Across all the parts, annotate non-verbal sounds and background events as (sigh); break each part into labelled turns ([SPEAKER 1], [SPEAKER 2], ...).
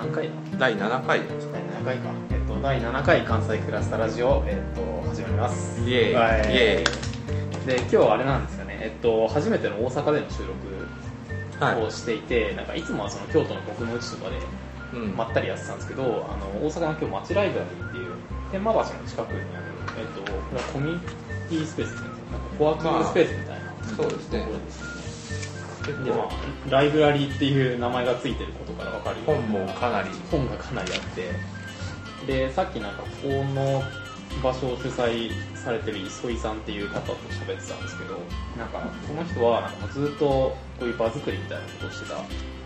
[SPEAKER 1] 第7回
[SPEAKER 2] 第7回か、えっと、第7回関西クラスタラジオ、えっと、始まります
[SPEAKER 1] イエ
[SPEAKER 2] はい
[SPEAKER 1] ーイイエ
[SPEAKER 2] で今日あれなんですよね、えっと、初めての大阪での収
[SPEAKER 1] ーイはい、
[SPEAKER 2] 録をしていて、い、なんかいつもはその京都の国の内とかで
[SPEAKER 1] うん
[SPEAKER 2] まったりやってたんですけどあの大阪の今日町ライブラリーっていう天満橋の近くにある、えっと、これはコミュニティスペースですねなんかコワーキングスペースみたいなと
[SPEAKER 1] そうですね
[SPEAKER 2] ころですね
[SPEAKER 1] 結
[SPEAKER 2] でま
[SPEAKER 1] 構
[SPEAKER 2] あライブラリーっていう名前がついてることから分かるように
[SPEAKER 1] 本もかなり
[SPEAKER 2] 本がかなりあってでさっきなんかこの場所を主催されてる磯井さんっていう方と喋ってたんですけどなんかこの人はなんかもうずっとこういう場作りみたいなことをしてた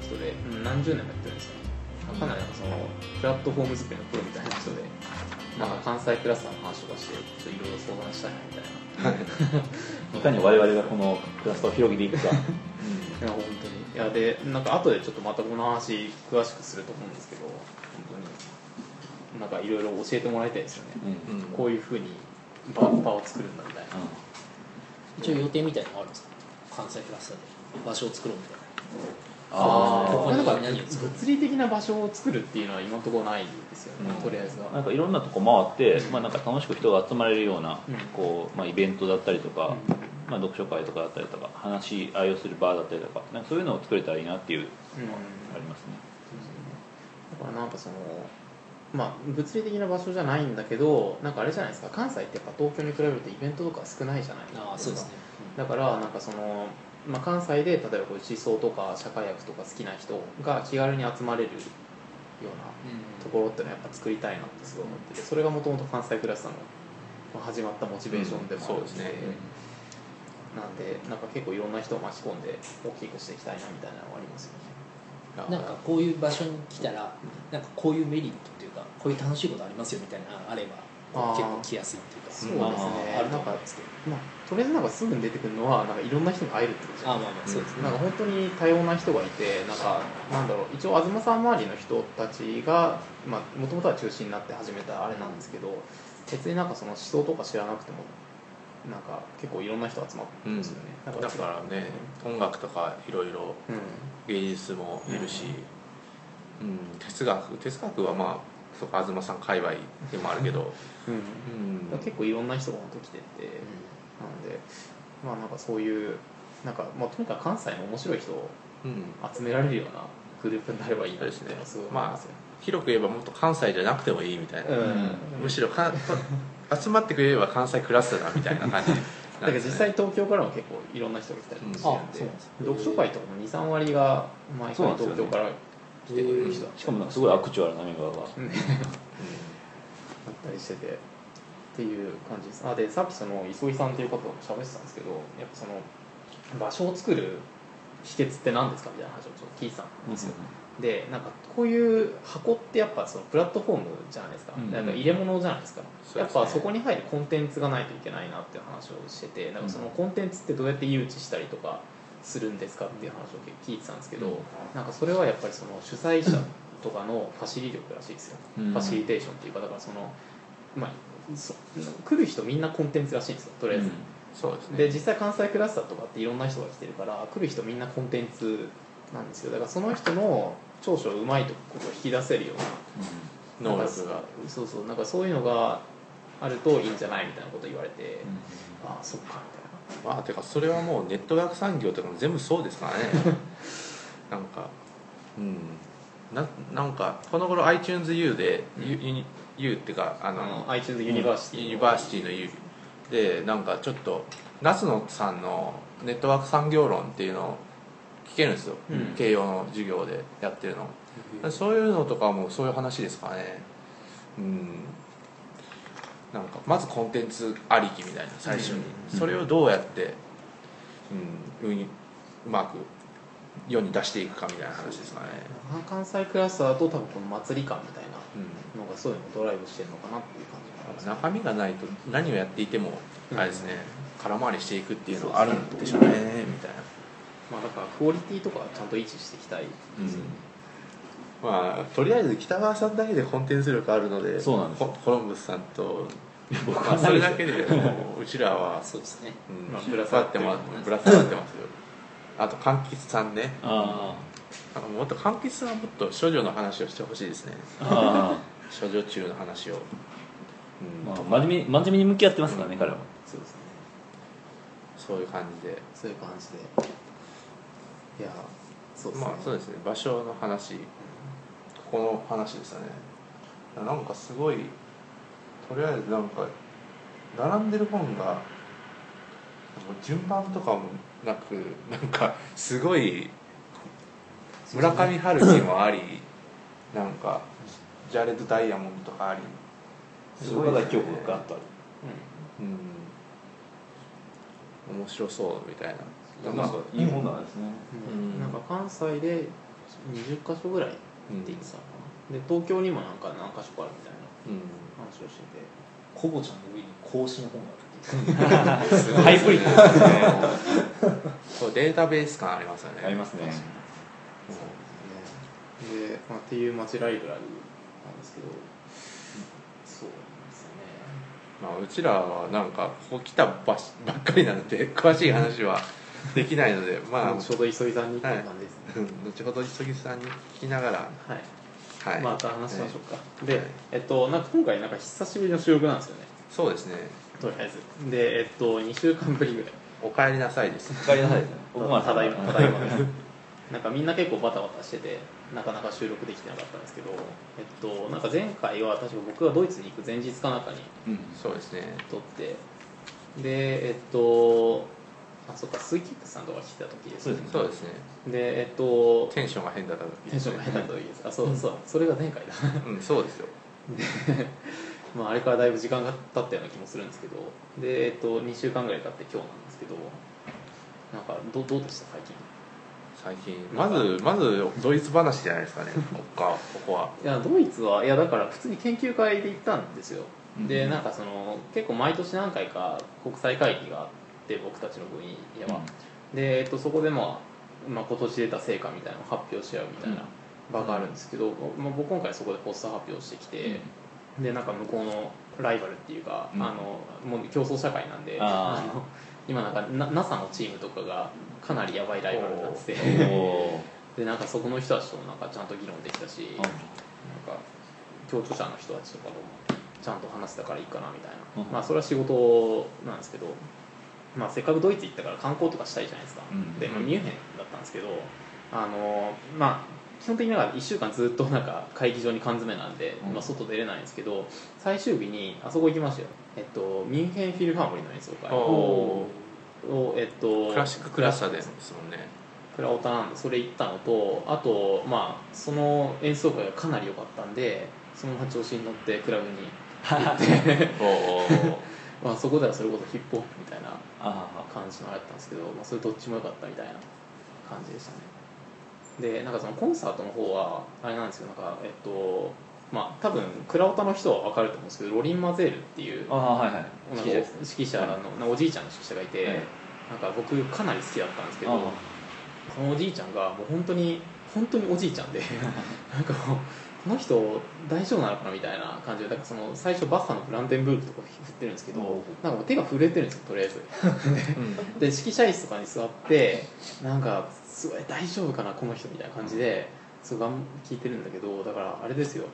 [SPEAKER 2] 人でうん何十年もやってるんですよねかなりなんかそのプラットフォーム作りのプロみたいな人でなんか関西クラスターの話とかしてちょっといろいろ相談したいなみたいない
[SPEAKER 3] かに我々がこのクラスターを広げて
[SPEAKER 2] (laughs)
[SPEAKER 3] いく
[SPEAKER 2] い
[SPEAKER 3] か
[SPEAKER 2] や本当にいやでなんか後でちょっとまたこの話詳しくすると思うんですけど本当になんかいろいろ教えてもらいたいですよね、
[SPEAKER 3] うんうん
[SPEAKER 1] うん
[SPEAKER 2] こういうふうにバッパを作るんだみたいな
[SPEAKER 4] 一応予定みたいなのあるんですか関西クラスターで場所を作ろうみたいな
[SPEAKER 3] あ
[SPEAKER 2] ここ
[SPEAKER 4] ー
[SPEAKER 2] なんか物
[SPEAKER 4] 何を作る
[SPEAKER 2] 理的な場所を作るっていうのは今のところないんですよね、
[SPEAKER 3] うん
[SPEAKER 2] とりあえず
[SPEAKER 3] ーな
[SPEAKER 2] は
[SPEAKER 3] んかいろんなとこ回って、
[SPEAKER 2] うん
[SPEAKER 3] まあ、なんか楽しく人が集まれるような、
[SPEAKER 2] うん
[SPEAKER 3] こうまあ、イベントだったりとか、
[SPEAKER 2] うん
[SPEAKER 3] まあ、読書会とかだったりとか話し合いをするバーだったりとかなんかそういうのを作れたらいいなっていう
[SPEAKER 2] うん
[SPEAKER 3] ありますね
[SPEAKER 2] だからなんかそのまあ物理的な場所じゃないんだけどなんかあれじゃないですか関西ってやっぱ東京に比べるとイベントとか少ないじゃないですか
[SPEAKER 4] ああそうですね
[SPEAKER 2] だからなんかその、まあ、関西で例えばこういう思想とか社会学とか好きな人が気軽に集まれるようなところっていうのはやっぱ作りたいなってすごい思っててそれがもともと関西クラスターのまあ始まったモチベーションでもある
[SPEAKER 1] そう
[SPEAKER 2] の
[SPEAKER 1] ですね
[SPEAKER 2] で、なんでなんか結構いろんな人を巻き込んで大きくしていきたいなみたいなのはありますよねだ
[SPEAKER 4] なんかこういう場所に来たらなんかこういうメリットっていうかこういう楽しいことありますよみたいなのがあれば
[SPEAKER 2] あー
[SPEAKER 4] 結構来やすいっていうか
[SPEAKER 2] そうですね
[SPEAKER 4] あーあると思うんですけど
[SPEAKER 2] まあ、とりあえずなんかすぐに出てくるのはなんかいろんな人に会えるってことじゃ
[SPEAKER 4] あ
[SPEAKER 2] ないで
[SPEAKER 4] ーまあまあそうです
[SPEAKER 2] す
[SPEAKER 4] ね
[SPEAKER 2] かなんか本当に多様な人がいてなんかなんだろう一応東さん周りの人たちがもともとは中心になって始めたあれなんですけど別になんかその思想とか知らなくてもなんか結構いろんな人集まってるんですよね、
[SPEAKER 1] だからね音楽とかいろいろ
[SPEAKER 2] うん
[SPEAKER 1] 芸術もいるし、うん哲学哲学はまあそこ東さん界隈でもあるけど、
[SPEAKER 2] うん
[SPEAKER 1] うん
[SPEAKER 2] だから結構いろんな人が本当来てて、なんでまあなんかそういうなんか、まあ、とにかく関西の面白い人を
[SPEAKER 1] うん
[SPEAKER 2] 集められるようなグループになればいいなっていうのはすごい思いますよ、
[SPEAKER 1] 広く言えばもっと関西じゃなくてもいいみたいな、
[SPEAKER 2] うん、
[SPEAKER 1] むしろか (laughs) 集まってくれれば関西クラスだなみたいな感じなんですね、
[SPEAKER 2] だから実際東京からも結構いろんな人が来たりもしてるんで,、
[SPEAKER 4] うんあそうなんですね
[SPEAKER 2] 読書会とかも23割が毎
[SPEAKER 3] そう
[SPEAKER 2] 回
[SPEAKER 3] なんですよ
[SPEAKER 2] 東
[SPEAKER 3] ね
[SPEAKER 2] 京から来てくれる人だ
[SPEAKER 3] しかもなんかすごいアクチュアルなメンバーが
[SPEAKER 2] うんだったりしててっていう感じですあでさっきその磯井さんっていう方とも喋ってたんですけどやっぱその場所を作る秘訣って何ですかみたいな話をちょっと聞いてたんですよ、でなんかこういう箱ってやっぱそのプラットフォームじゃないですか,、
[SPEAKER 3] うん
[SPEAKER 2] なんか入れ物じゃないですか
[SPEAKER 1] そう
[SPEAKER 2] や
[SPEAKER 1] で
[SPEAKER 2] っ
[SPEAKER 1] すね
[SPEAKER 2] ぱそこに入るコンテンツがないといけないなっていう話をしててなんかそのコンテンツってどうやって誘致したりとかするんですかっていう話を聞いてたんですけど、
[SPEAKER 3] うん
[SPEAKER 2] なんかそれはやっぱりその主催者とかのファシリ力らしいですよ、
[SPEAKER 3] うん
[SPEAKER 2] ファシリテーションっていうかだからその、まあ、そ来る人みんなコンテンツらしいんですよとりあえず、
[SPEAKER 1] そうですね
[SPEAKER 2] で実際関西クラスターとかっていろんな人が来てるから来る人みんなコンテンツなんですよだからその人の長所うまいとことを引き出せるような
[SPEAKER 1] 能
[SPEAKER 2] なんか
[SPEAKER 1] 力が
[SPEAKER 2] そうそうなんかそういうのがあるといいんじゃないみたいなこと言われて、
[SPEAKER 3] う
[SPEAKER 2] ああそっか
[SPEAKER 1] まあてかそれはもうネットワーク産業とかも全部そうですからね
[SPEAKER 2] (laughs)
[SPEAKER 1] なんかうんななんかこの頃 iTunesU で、
[SPEAKER 2] うん
[SPEAKER 1] U, U, U っていうかあ
[SPEAKER 2] みたいなあ
[SPEAKER 1] の
[SPEAKER 2] の iTunes ユニバーシティ
[SPEAKER 1] ユニバーシティの U でなんかちょっと夏野さんのネットワーク産業論っていうのを聞けるんですよ、
[SPEAKER 2] うん
[SPEAKER 1] 慶応の授業でやってるの、そういうのとかもそういう話ですかねうんなんかまずコンテンツありきみたいな最初に、
[SPEAKER 3] うん
[SPEAKER 1] それをどうやって、うん、うまく世に出していくかみたいな話ですかね
[SPEAKER 2] 関西クラスターだと多分この祭り感みたいな
[SPEAKER 1] う
[SPEAKER 2] のがそういうのをドライブしてるのかなっていう感じがあります
[SPEAKER 1] ん中身がないと何をやっていても
[SPEAKER 2] うん
[SPEAKER 1] あれですね、空回りしていくっていうのはあるんでしょうねみたいな
[SPEAKER 2] まあだからクオリティとかはちゃんと維持していきたいですよね、
[SPEAKER 1] まあとりあえず北川さんだけでコンテンツ力あるので
[SPEAKER 3] そうなんですよ
[SPEAKER 1] ココロンブスさんと
[SPEAKER 3] 僕
[SPEAKER 1] まあそれだけでもううちらは
[SPEAKER 4] そうですね
[SPEAKER 1] うん
[SPEAKER 2] まあ
[SPEAKER 1] ぶら下がってますぶ
[SPEAKER 2] ぶ
[SPEAKER 1] ら下がってますよあと柑橘さんね
[SPEAKER 3] あ
[SPEAKER 1] なんかもっと柑橘さんはもっと処女の話をしてほしいですね
[SPEAKER 3] あ
[SPEAKER 1] 処女中の話を、
[SPEAKER 3] ー
[SPEAKER 1] うん
[SPEAKER 3] まあ真面目に真面目に向き合ってますからね、彼は
[SPEAKER 2] そうですね
[SPEAKER 1] そういう感じで
[SPEAKER 2] そういう感じでいやそうですね,、
[SPEAKER 1] まあそうですね場所の話ここの話でしたねなんかすごいとりあえずなんか並んでる本がなんか順番とかもなくなんかすごい村上春樹もありなんかジャレッド・ダイヤモンドとかありすごいですね
[SPEAKER 3] 岡田とある
[SPEAKER 1] うん面白そうみたいな
[SPEAKER 3] なんかいいもんなんですね、
[SPEAKER 2] うん
[SPEAKER 1] うん
[SPEAKER 2] なんか関西で20箇所ぐらいって言ってたかな、で東京にもなんか何箇所かあるみたいな
[SPEAKER 1] うん
[SPEAKER 2] 話をしてて
[SPEAKER 4] コボちゃんの上に更新本があるっていう
[SPEAKER 3] ハイブリッド
[SPEAKER 1] (laughs) そうデータベース感ありますよね
[SPEAKER 3] ありますね
[SPEAKER 2] そうですねで、まあ、っていう町ライブラリーなんですけど、そうなんですよね
[SPEAKER 1] まあ、うちらはなんかここ来たばしばっかりなので (laughs) 詳しい話はできないのでまあ
[SPEAKER 2] ちょうど磯井さんにっていう感じですね
[SPEAKER 1] うん後ほど急ぎさんに聞きながら、
[SPEAKER 2] はい、
[SPEAKER 1] はい
[SPEAKER 2] また話しましょうか、で、
[SPEAKER 1] はい
[SPEAKER 2] えっとなんか今回なんか久しぶりの収録なんですよね
[SPEAKER 1] そうですね
[SPEAKER 2] とりあえずでえっと2週間ぶりぐらい
[SPEAKER 1] 「おかえりなさい」です
[SPEAKER 3] おかえりなさいですね僕も
[SPEAKER 2] ただ (laughs) いまただいまですなんかみんな結構バタバタしててなかなか収録できてなかったんですけど、えっと、なんか前回は確か僕がドイツに行く前日かなんかに
[SPEAKER 3] うん
[SPEAKER 1] そうですね
[SPEAKER 2] 撮ってでえっとあそっかスイキックさんとか来てた時です
[SPEAKER 3] そうですね
[SPEAKER 1] そうですね
[SPEAKER 2] でえっと
[SPEAKER 1] テンションが変だった時
[SPEAKER 2] テンションが下手な時ですあそうそうそれが前回だ (laughs)
[SPEAKER 1] うんそうですよ
[SPEAKER 2] まああれからだいぶ時間が経ったような気もするんですけどでえっと2週間ぐらい経って今日なんですけどなんかどどうでした最近
[SPEAKER 1] 最近まずまずドイツ話じゃないですかねここはここはい
[SPEAKER 2] やドイツはいやだから普通に研究会で行ったんですよ、
[SPEAKER 3] うん
[SPEAKER 2] でなんかその結構毎年何回か国際会議があって僕たちの分野は、で、えっと、そこで、まあ、まあ今年出た成果みたいなのを発表し合うみたいな場があるんですけど、まあ、僕今回そこでポスター発表してきて、でなんか向こうのライバルっていうか、
[SPEAKER 3] うん
[SPEAKER 2] あのもう競争社会なんで
[SPEAKER 3] あー
[SPEAKER 2] の今なんかな NASA のチームとかがかなりやばいライバルになってて
[SPEAKER 3] おお
[SPEAKER 2] でなんかそこの人たちともなんかちゃんと議論できたし、
[SPEAKER 3] ー
[SPEAKER 2] なんか協調者の人たちとかともちゃんと話せたからいいかなみたいな、
[SPEAKER 3] うん
[SPEAKER 2] まあそれは仕事なんですけど、まあ、せっかくドイツ行ったから観光とかしたいじゃないですか、
[SPEAKER 3] うん
[SPEAKER 2] で、まあミュンヘンだったんですけどあのまあ基本的には1週間ずっとなんか会議場に缶詰なんで、
[SPEAKER 3] うん
[SPEAKER 2] まあ、外出れないんですけど最終日にあそこ行きましたよ、えっと、ミュンヘンフィルハーモニーの演奏会
[SPEAKER 1] お
[SPEAKER 2] を、えっと、
[SPEAKER 1] クラシッククラスターですもんね
[SPEAKER 2] クラオタなんでそれ行ったのとあとまあその演奏会がかなり良かったんでそのまま調子に乗ってクラブに行って
[SPEAKER 1] おー
[SPEAKER 2] (laughs) まあそこではそれこそヒップホップみたいな
[SPEAKER 3] あ
[SPEAKER 2] 感じのあれだったんですけど、まあ、それどっちも良かったみたいな感じでしたねでなんかそのコンサートの方はあれなんですけどなんかえっとまあ多分クラオタの人は分かると思うんですけどロリン・マゼールっていう
[SPEAKER 3] あああはいはい
[SPEAKER 2] なん
[SPEAKER 3] 好
[SPEAKER 2] か
[SPEAKER 3] き
[SPEAKER 2] 指
[SPEAKER 3] です
[SPEAKER 2] 揮者の、なんかおじいちゃんの指揮者がいて、
[SPEAKER 3] え
[SPEAKER 2] なんか僕かなり好きだったんですけ
[SPEAKER 3] え
[SPEAKER 2] どそのおじいちゃんがもう本当に本当におじいちゃ
[SPEAKER 3] (laughs)
[SPEAKER 2] んでなんかもうこの人大丈夫なのかなみたいな感じでだからその最初バッハのブランテンブルクとか振ってるんですけど
[SPEAKER 3] おう
[SPEAKER 2] なんかもう手が震えてるんですよとりあえずで指揮者椅子とかに座ってなんかすごい大丈夫かなこの人みたいな感じでそうがん聞いてるんだけどだからあれですよ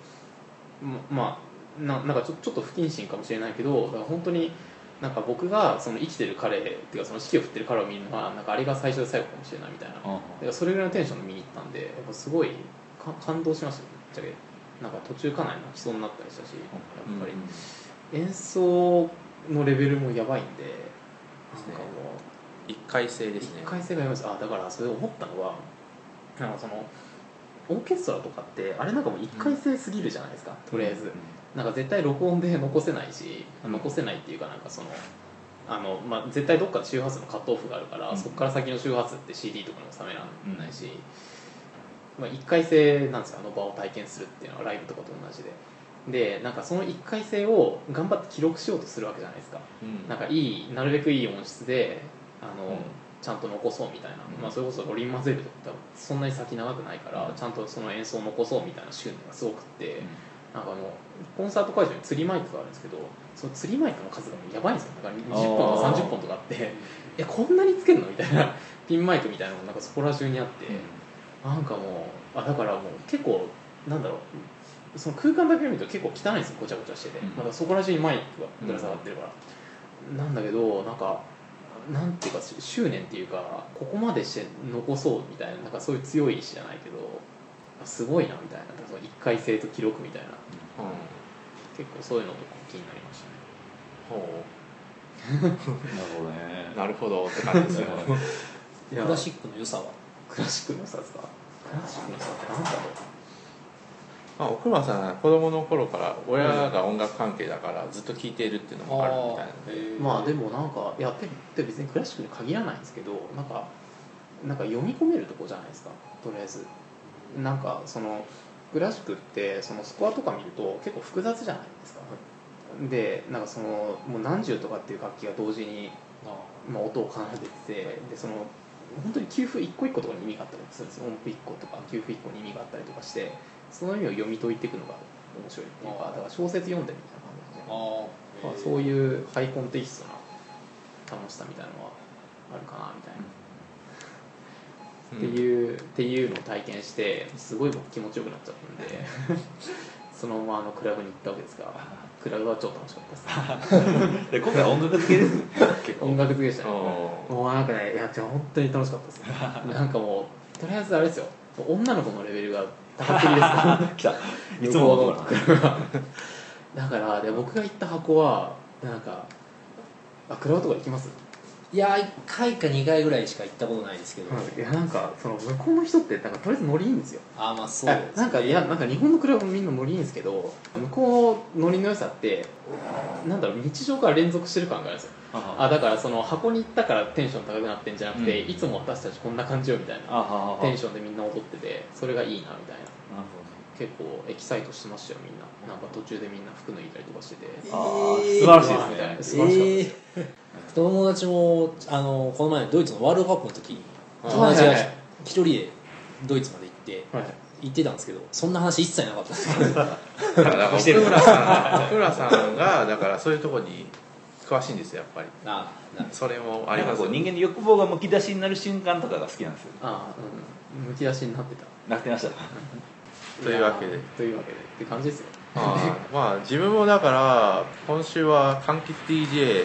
[SPEAKER 2] ままあななんかちょちょっと不謹慎かもしれないけどだから本当になんか僕がその生きてる彼っていうかその指揮を振ってる彼を見るのはなんかあれが最初で最後かもしれないみたいな
[SPEAKER 3] あ
[SPEAKER 2] だからそれぐらいのテンションで見に行ったんでやっぱすごいか感動しましたよぶっちゃけなんか途中かなり泣きそうになったりしたし
[SPEAKER 1] う
[SPEAKER 2] や
[SPEAKER 1] ん
[SPEAKER 2] っぱり演奏のレベルもやばいんでなんかもう
[SPEAKER 1] 一回制です
[SPEAKER 2] 一
[SPEAKER 1] ね
[SPEAKER 2] 回戦がありますあだからそれ思ったのはなんかそのオーケストラとかってあれなんかもう一回戦すぎるじゃないですか、とりあえずなんか絶対録音で残せないし、
[SPEAKER 1] うん
[SPEAKER 2] 残せないっていうかなんかそのあの、まあ、絶対どっかで周波数のカットオフがあるから、
[SPEAKER 3] うん
[SPEAKER 2] そこから先の周波数って CD とかに収められないし、まあ、一回制なんですよあの場を体験するっていうのはライブとかと同じででなんかその一回制を頑張って記録しようとするわけじゃないですか
[SPEAKER 3] うん
[SPEAKER 2] なんかいいなるべくいい音質であの、
[SPEAKER 3] うん
[SPEAKER 2] ちゃんと残そうみたいな、
[SPEAKER 3] うん
[SPEAKER 2] まあ、それこそロリン・マゼルとか多分そんなに先長くないから、ちゃんとその演奏を残そうみたいな執念がすごくって、なんかもうコンサート会場に釣りマイクがあるんですけどその釣りマイクの数がもうやばいんですよだから20本とか
[SPEAKER 3] あー
[SPEAKER 2] 30本とかあっていやこんなにつけるのみたいなピンマイクみたいなのもなんかそこら中にあって、
[SPEAKER 3] うん
[SPEAKER 2] なんかもうあだからもう結構なんだろうその空間だけで見ると結構汚いんですよごちゃごちゃしてて、
[SPEAKER 3] うん
[SPEAKER 2] まだそこら中にマイクがぶら下がってるから、なんだけどなんかなんていうかし執念っていうかここまでして残そうみたいななんかそういう強い意志じゃないけどすごいなみたいなその一回性と記録みたいな
[SPEAKER 1] うん
[SPEAKER 2] 結構そういうのとか気になりましたね
[SPEAKER 1] ほ
[SPEAKER 3] なるほどね
[SPEAKER 1] うなるほどって感じですよ
[SPEAKER 2] (laughs) い
[SPEAKER 4] (laughs) クラシックの良さは
[SPEAKER 2] クラシックの良さですかクラシックの良さってなんだろ
[SPEAKER 1] まあ奥村さんは子供の頃から親が音楽関係だからずっと聴いているっていうのもあるみたいなので
[SPEAKER 2] うまあでもなんかいやペンって別にクラシックに限らないんですけどなんかなんか読み込めるとこじゃないですかとりあえずなんかそのクラシックってそのスコアとか見ると結構複雑じゃないですかでなんかそのもう何十とかっていう楽器が同時に、まあ、音を奏でててでその本当に給付一個一個とかに意味があったりするんですよ音符一個とか給付一個に意味があったりとかしてその意味を読み解いていくのが面白いっていうかだから小説読んでるみたいな感じですね
[SPEAKER 4] あ
[SPEAKER 2] まあ、そ
[SPEAKER 4] ー
[SPEAKER 2] ういうハイコンテキストな楽しさみたいのはあるかなみたいな、っていうっていうのを体験してすごい僕気持ちよくなっちゃったんで (laughs) そのままあのクラブに行ったわけですがクラブは超楽しかったで
[SPEAKER 3] で今回音楽付けです
[SPEAKER 2] す結構音楽好きでしたね
[SPEAKER 1] う
[SPEAKER 2] もうなんかねいやじゃあ本当に楽しかったです (laughs) なんかもうとりあえずあれですよ女の子のレベルが高すぎですから (laughs)
[SPEAKER 3] 来たい
[SPEAKER 2] 向
[SPEAKER 3] つもの
[SPEAKER 2] こうの車 (laughs) だからで僕が行った箱はなんかあクラブとか行きます、
[SPEAKER 4] いや1回か2回ぐらいしか行ったことないですけど、
[SPEAKER 2] い、やなんかその向こうの人ってなんかとりあえずノリいいんですよ
[SPEAKER 4] ああまあそうですね
[SPEAKER 2] あなんかいやなんか日本のクラブもみんなノリいいんですけど向こうノリの良さってなんだろう日常から連続してる感があるんですよあ
[SPEAKER 3] あ
[SPEAKER 2] だからその箱に行ったからテンション高くなってんじゃなくて、
[SPEAKER 3] うん
[SPEAKER 2] いつも私たちこんな感じよみたいな
[SPEAKER 3] あははは
[SPEAKER 2] テンションでみんな踊っててそれがいいなみたいな
[SPEAKER 3] なる
[SPEAKER 2] 結構エキサイトしてましたよみんななんか途中でみんな服脱いだりとかしてて
[SPEAKER 3] ほどあー素晴らしいです
[SPEAKER 2] 素
[SPEAKER 3] ね
[SPEAKER 2] 晴らしかったですよ
[SPEAKER 4] えー友達もあのこの前ドイツのワールドカップの時に
[SPEAKER 1] うん
[SPEAKER 4] 友達が
[SPEAKER 2] はいはい
[SPEAKER 4] 一人でドイツまで行って
[SPEAKER 2] はい
[SPEAKER 4] 行ってたんですけどそんな話一切なかった
[SPEAKER 2] (laughs)
[SPEAKER 4] です
[SPEAKER 1] だから奥村さん奥村さんがだからそういうとこに詳しいんですよやっぱり
[SPEAKER 4] ああな
[SPEAKER 1] それも
[SPEAKER 3] あ
[SPEAKER 1] あ
[SPEAKER 3] れ
[SPEAKER 1] り
[SPEAKER 3] が
[SPEAKER 1] ます
[SPEAKER 3] こ
[SPEAKER 1] よ
[SPEAKER 3] う人間の欲望がむき出しになる瞬間とかが好きなんですよ
[SPEAKER 2] ああうんむき出しになってた
[SPEAKER 3] なくてました
[SPEAKER 1] というわけで
[SPEAKER 2] やーというわけでって感じですよ
[SPEAKER 1] はいまあ自分もだから今週は柑橘 DJ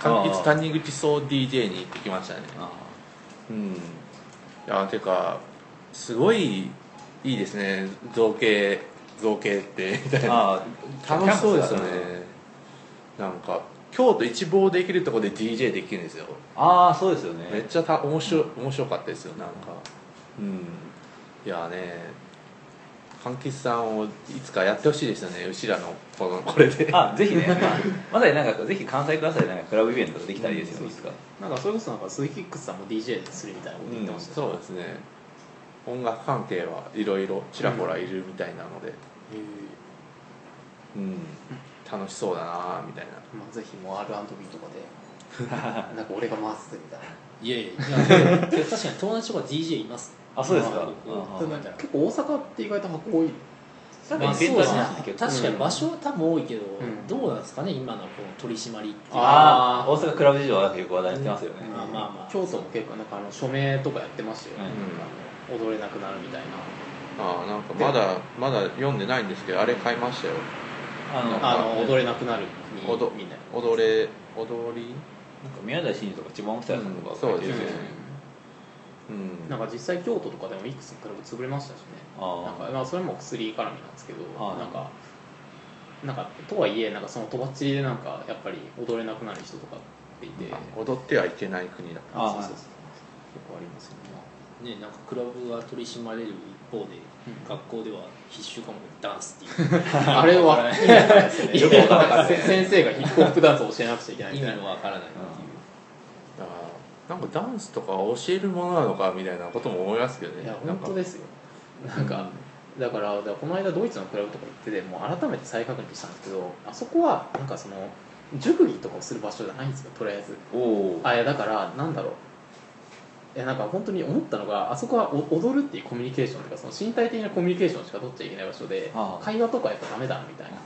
[SPEAKER 1] 柑橘谷口総 DJ に行ってきましたねうんいやてかすごいいいですね造形造形ってみたいな
[SPEAKER 3] あ
[SPEAKER 1] 楽しそうですよねなんか京都一望できるところで DJ できるんですよ
[SPEAKER 3] ああそうですよ
[SPEAKER 1] めっ
[SPEAKER 3] ね
[SPEAKER 1] ちゃた面白い面白かったですよなんかうんいやね柑橘さんをいつかやってほしいですよねうちらのこのこれで
[SPEAKER 3] あぜひねまだなんかぜひ関西くださいなんかクラブイベントができたらいいですよねいつか
[SPEAKER 2] なんかそれこそなんか鈴木キックスさんも DJ するみたいなこと言ってましたね、
[SPEAKER 1] そうですね音楽関係はいろいろちらほらいるみたいなので、うん楽しそうだなみたいな
[SPEAKER 2] まあ、ぜひもう R&B とか
[SPEAKER 3] (laughs)
[SPEAKER 2] でなんか俺が回すみたいない
[SPEAKER 4] やいや
[SPEAKER 2] (laughs)
[SPEAKER 4] いや確かに友達とか DJ います
[SPEAKER 3] あそうですか
[SPEAKER 4] まあ
[SPEAKER 3] あー
[SPEAKER 4] 考えたら
[SPEAKER 2] 結構大阪って意外と箱多い
[SPEAKER 3] なん
[SPEAKER 4] ま
[SPEAKER 3] か
[SPEAKER 4] あ
[SPEAKER 3] イ
[SPEAKER 4] そう
[SPEAKER 3] ベントありま
[SPEAKER 4] です
[SPEAKER 3] すね
[SPEAKER 4] ね
[SPEAKER 3] 結構
[SPEAKER 4] 確かに場所は多分多いけど、
[SPEAKER 2] ん
[SPEAKER 4] どうなんですかね今のこの取り締まりっていうか
[SPEAKER 3] ああ大阪クラブ事情はよく話題にしてますよね
[SPEAKER 4] まあまあまあ
[SPEAKER 2] 京都も結構なんかあの署名とかやってましたよ、
[SPEAKER 3] うん
[SPEAKER 2] なんかあの踊れなくなるみたいな
[SPEAKER 1] あーなんかまだまだ読んでないんですけどあれ買いましたよ
[SPEAKER 3] あ
[SPEAKER 2] あ
[SPEAKER 3] の
[SPEAKER 2] の踊れなくなるに
[SPEAKER 1] 踊
[SPEAKER 2] みんな
[SPEAKER 1] 踊れ踊り、
[SPEAKER 3] なんか宮台真司とか千葉奥さんとか
[SPEAKER 1] そうです
[SPEAKER 2] う
[SPEAKER 1] ね
[SPEAKER 2] ん
[SPEAKER 1] うん、
[SPEAKER 2] なんか実際京都とかでもいくつもクラブ潰れましたしねなんか
[SPEAKER 3] あ
[SPEAKER 2] まあそれも薬絡みなんですけど
[SPEAKER 3] はい
[SPEAKER 2] なんかなんかとはいえなんかそのとばっちりでなんかやっぱり踊れなくなる人とかっていて
[SPEAKER 1] 踊ってはいけない国だか
[SPEAKER 3] あ
[SPEAKER 2] そうそうそう結構ありますよね
[SPEAKER 4] ねなんかクラブが取り締まれる一方で、
[SPEAKER 2] うん
[SPEAKER 4] 学校では必修科目ダンス
[SPEAKER 2] (laughs)
[SPEAKER 4] っていう
[SPEAKER 2] あれは
[SPEAKER 3] よくわからなかったね
[SPEAKER 2] 先生がヒップホップダンスを教えなくちゃいけないみ
[SPEAKER 4] 意
[SPEAKER 2] たい
[SPEAKER 4] 味
[SPEAKER 2] な
[SPEAKER 4] のわからないって
[SPEAKER 1] らなんかダンスとか教えるものなのかみたいなことも思いますけどね
[SPEAKER 2] いや
[SPEAKER 1] なん
[SPEAKER 2] 本
[SPEAKER 1] か
[SPEAKER 2] 当ですよなんか、だからだからこの間ドイツのクラブとか行っててもう改めて再確認したんですけどあそこはなんかその塾技とかをする場所じゃないんですよとりあえず
[SPEAKER 3] おおー
[SPEAKER 2] あいやだからなんだろういやなんか本当に思ったのがあそこはお踊るっていうコミュニケーションとかその身体的なコミュニケーションしか取っちゃいけない場所で
[SPEAKER 3] ああ
[SPEAKER 2] 会話とかやっぱダメだみたいな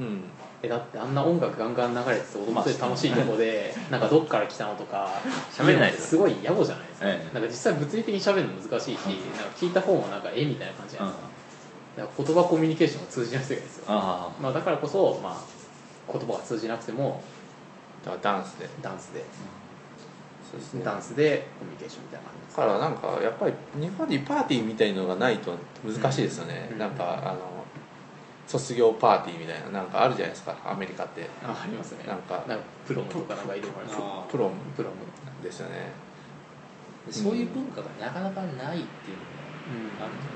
[SPEAKER 1] うん
[SPEAKER 2] えだってあんな音楽ガンガン流れてて踊ってて楽しいとこで、なんかどっから来たのと (laughs) か
[SPEAKER 3] 喋れないです
[SPEAKER 2] すごい野暮じゃないですか、
[SPEAKER 3] ええ
[SPEAKER 2] なんか実際物理的に喋るの難しいしなんか聞いた方もなんか絵みたいな感じじゃ
[SPEAKER 3] う
[SPEAKER 2] なんい
[SPEAKER 3] あ
[SPEAKER 2] ですか,、言葉コミュニケーションが通じない世界ですよ、
[SPEAKER 3] あ
[SPEAKER 2] まあ、だからこそ、まあ、言葉が通じなくても
[SPEAKER 1] だからダンスで
[SPEAKER 2] ダンスで
[SPEAKER 1] そうですね
[SPEAKER 2] ダンスでコミュニケーションみたいな感じです
[SPEAKER 1] だからなんかやっぱり日本にパーティーみたいのがないと難しいですよね、
[SPEAKER 2] うん
[SPEAKER 1] なんかあの卒業パーティーみたいななんかあるじゃないですかアメリカって
[SPEAKER 2] あありますね
[SPEAKER 1] なんか
[SPEAKER 2] なんかプロムとかなんかいろいろありますよ
[SPEAKER 4] あ
[SPEAKER 1] プロム
[SPEAKER 2] プロム
[SPEAKER 1] ですよね
[SPEAKER 4] そういう文化がなかなかないっていうのがあるん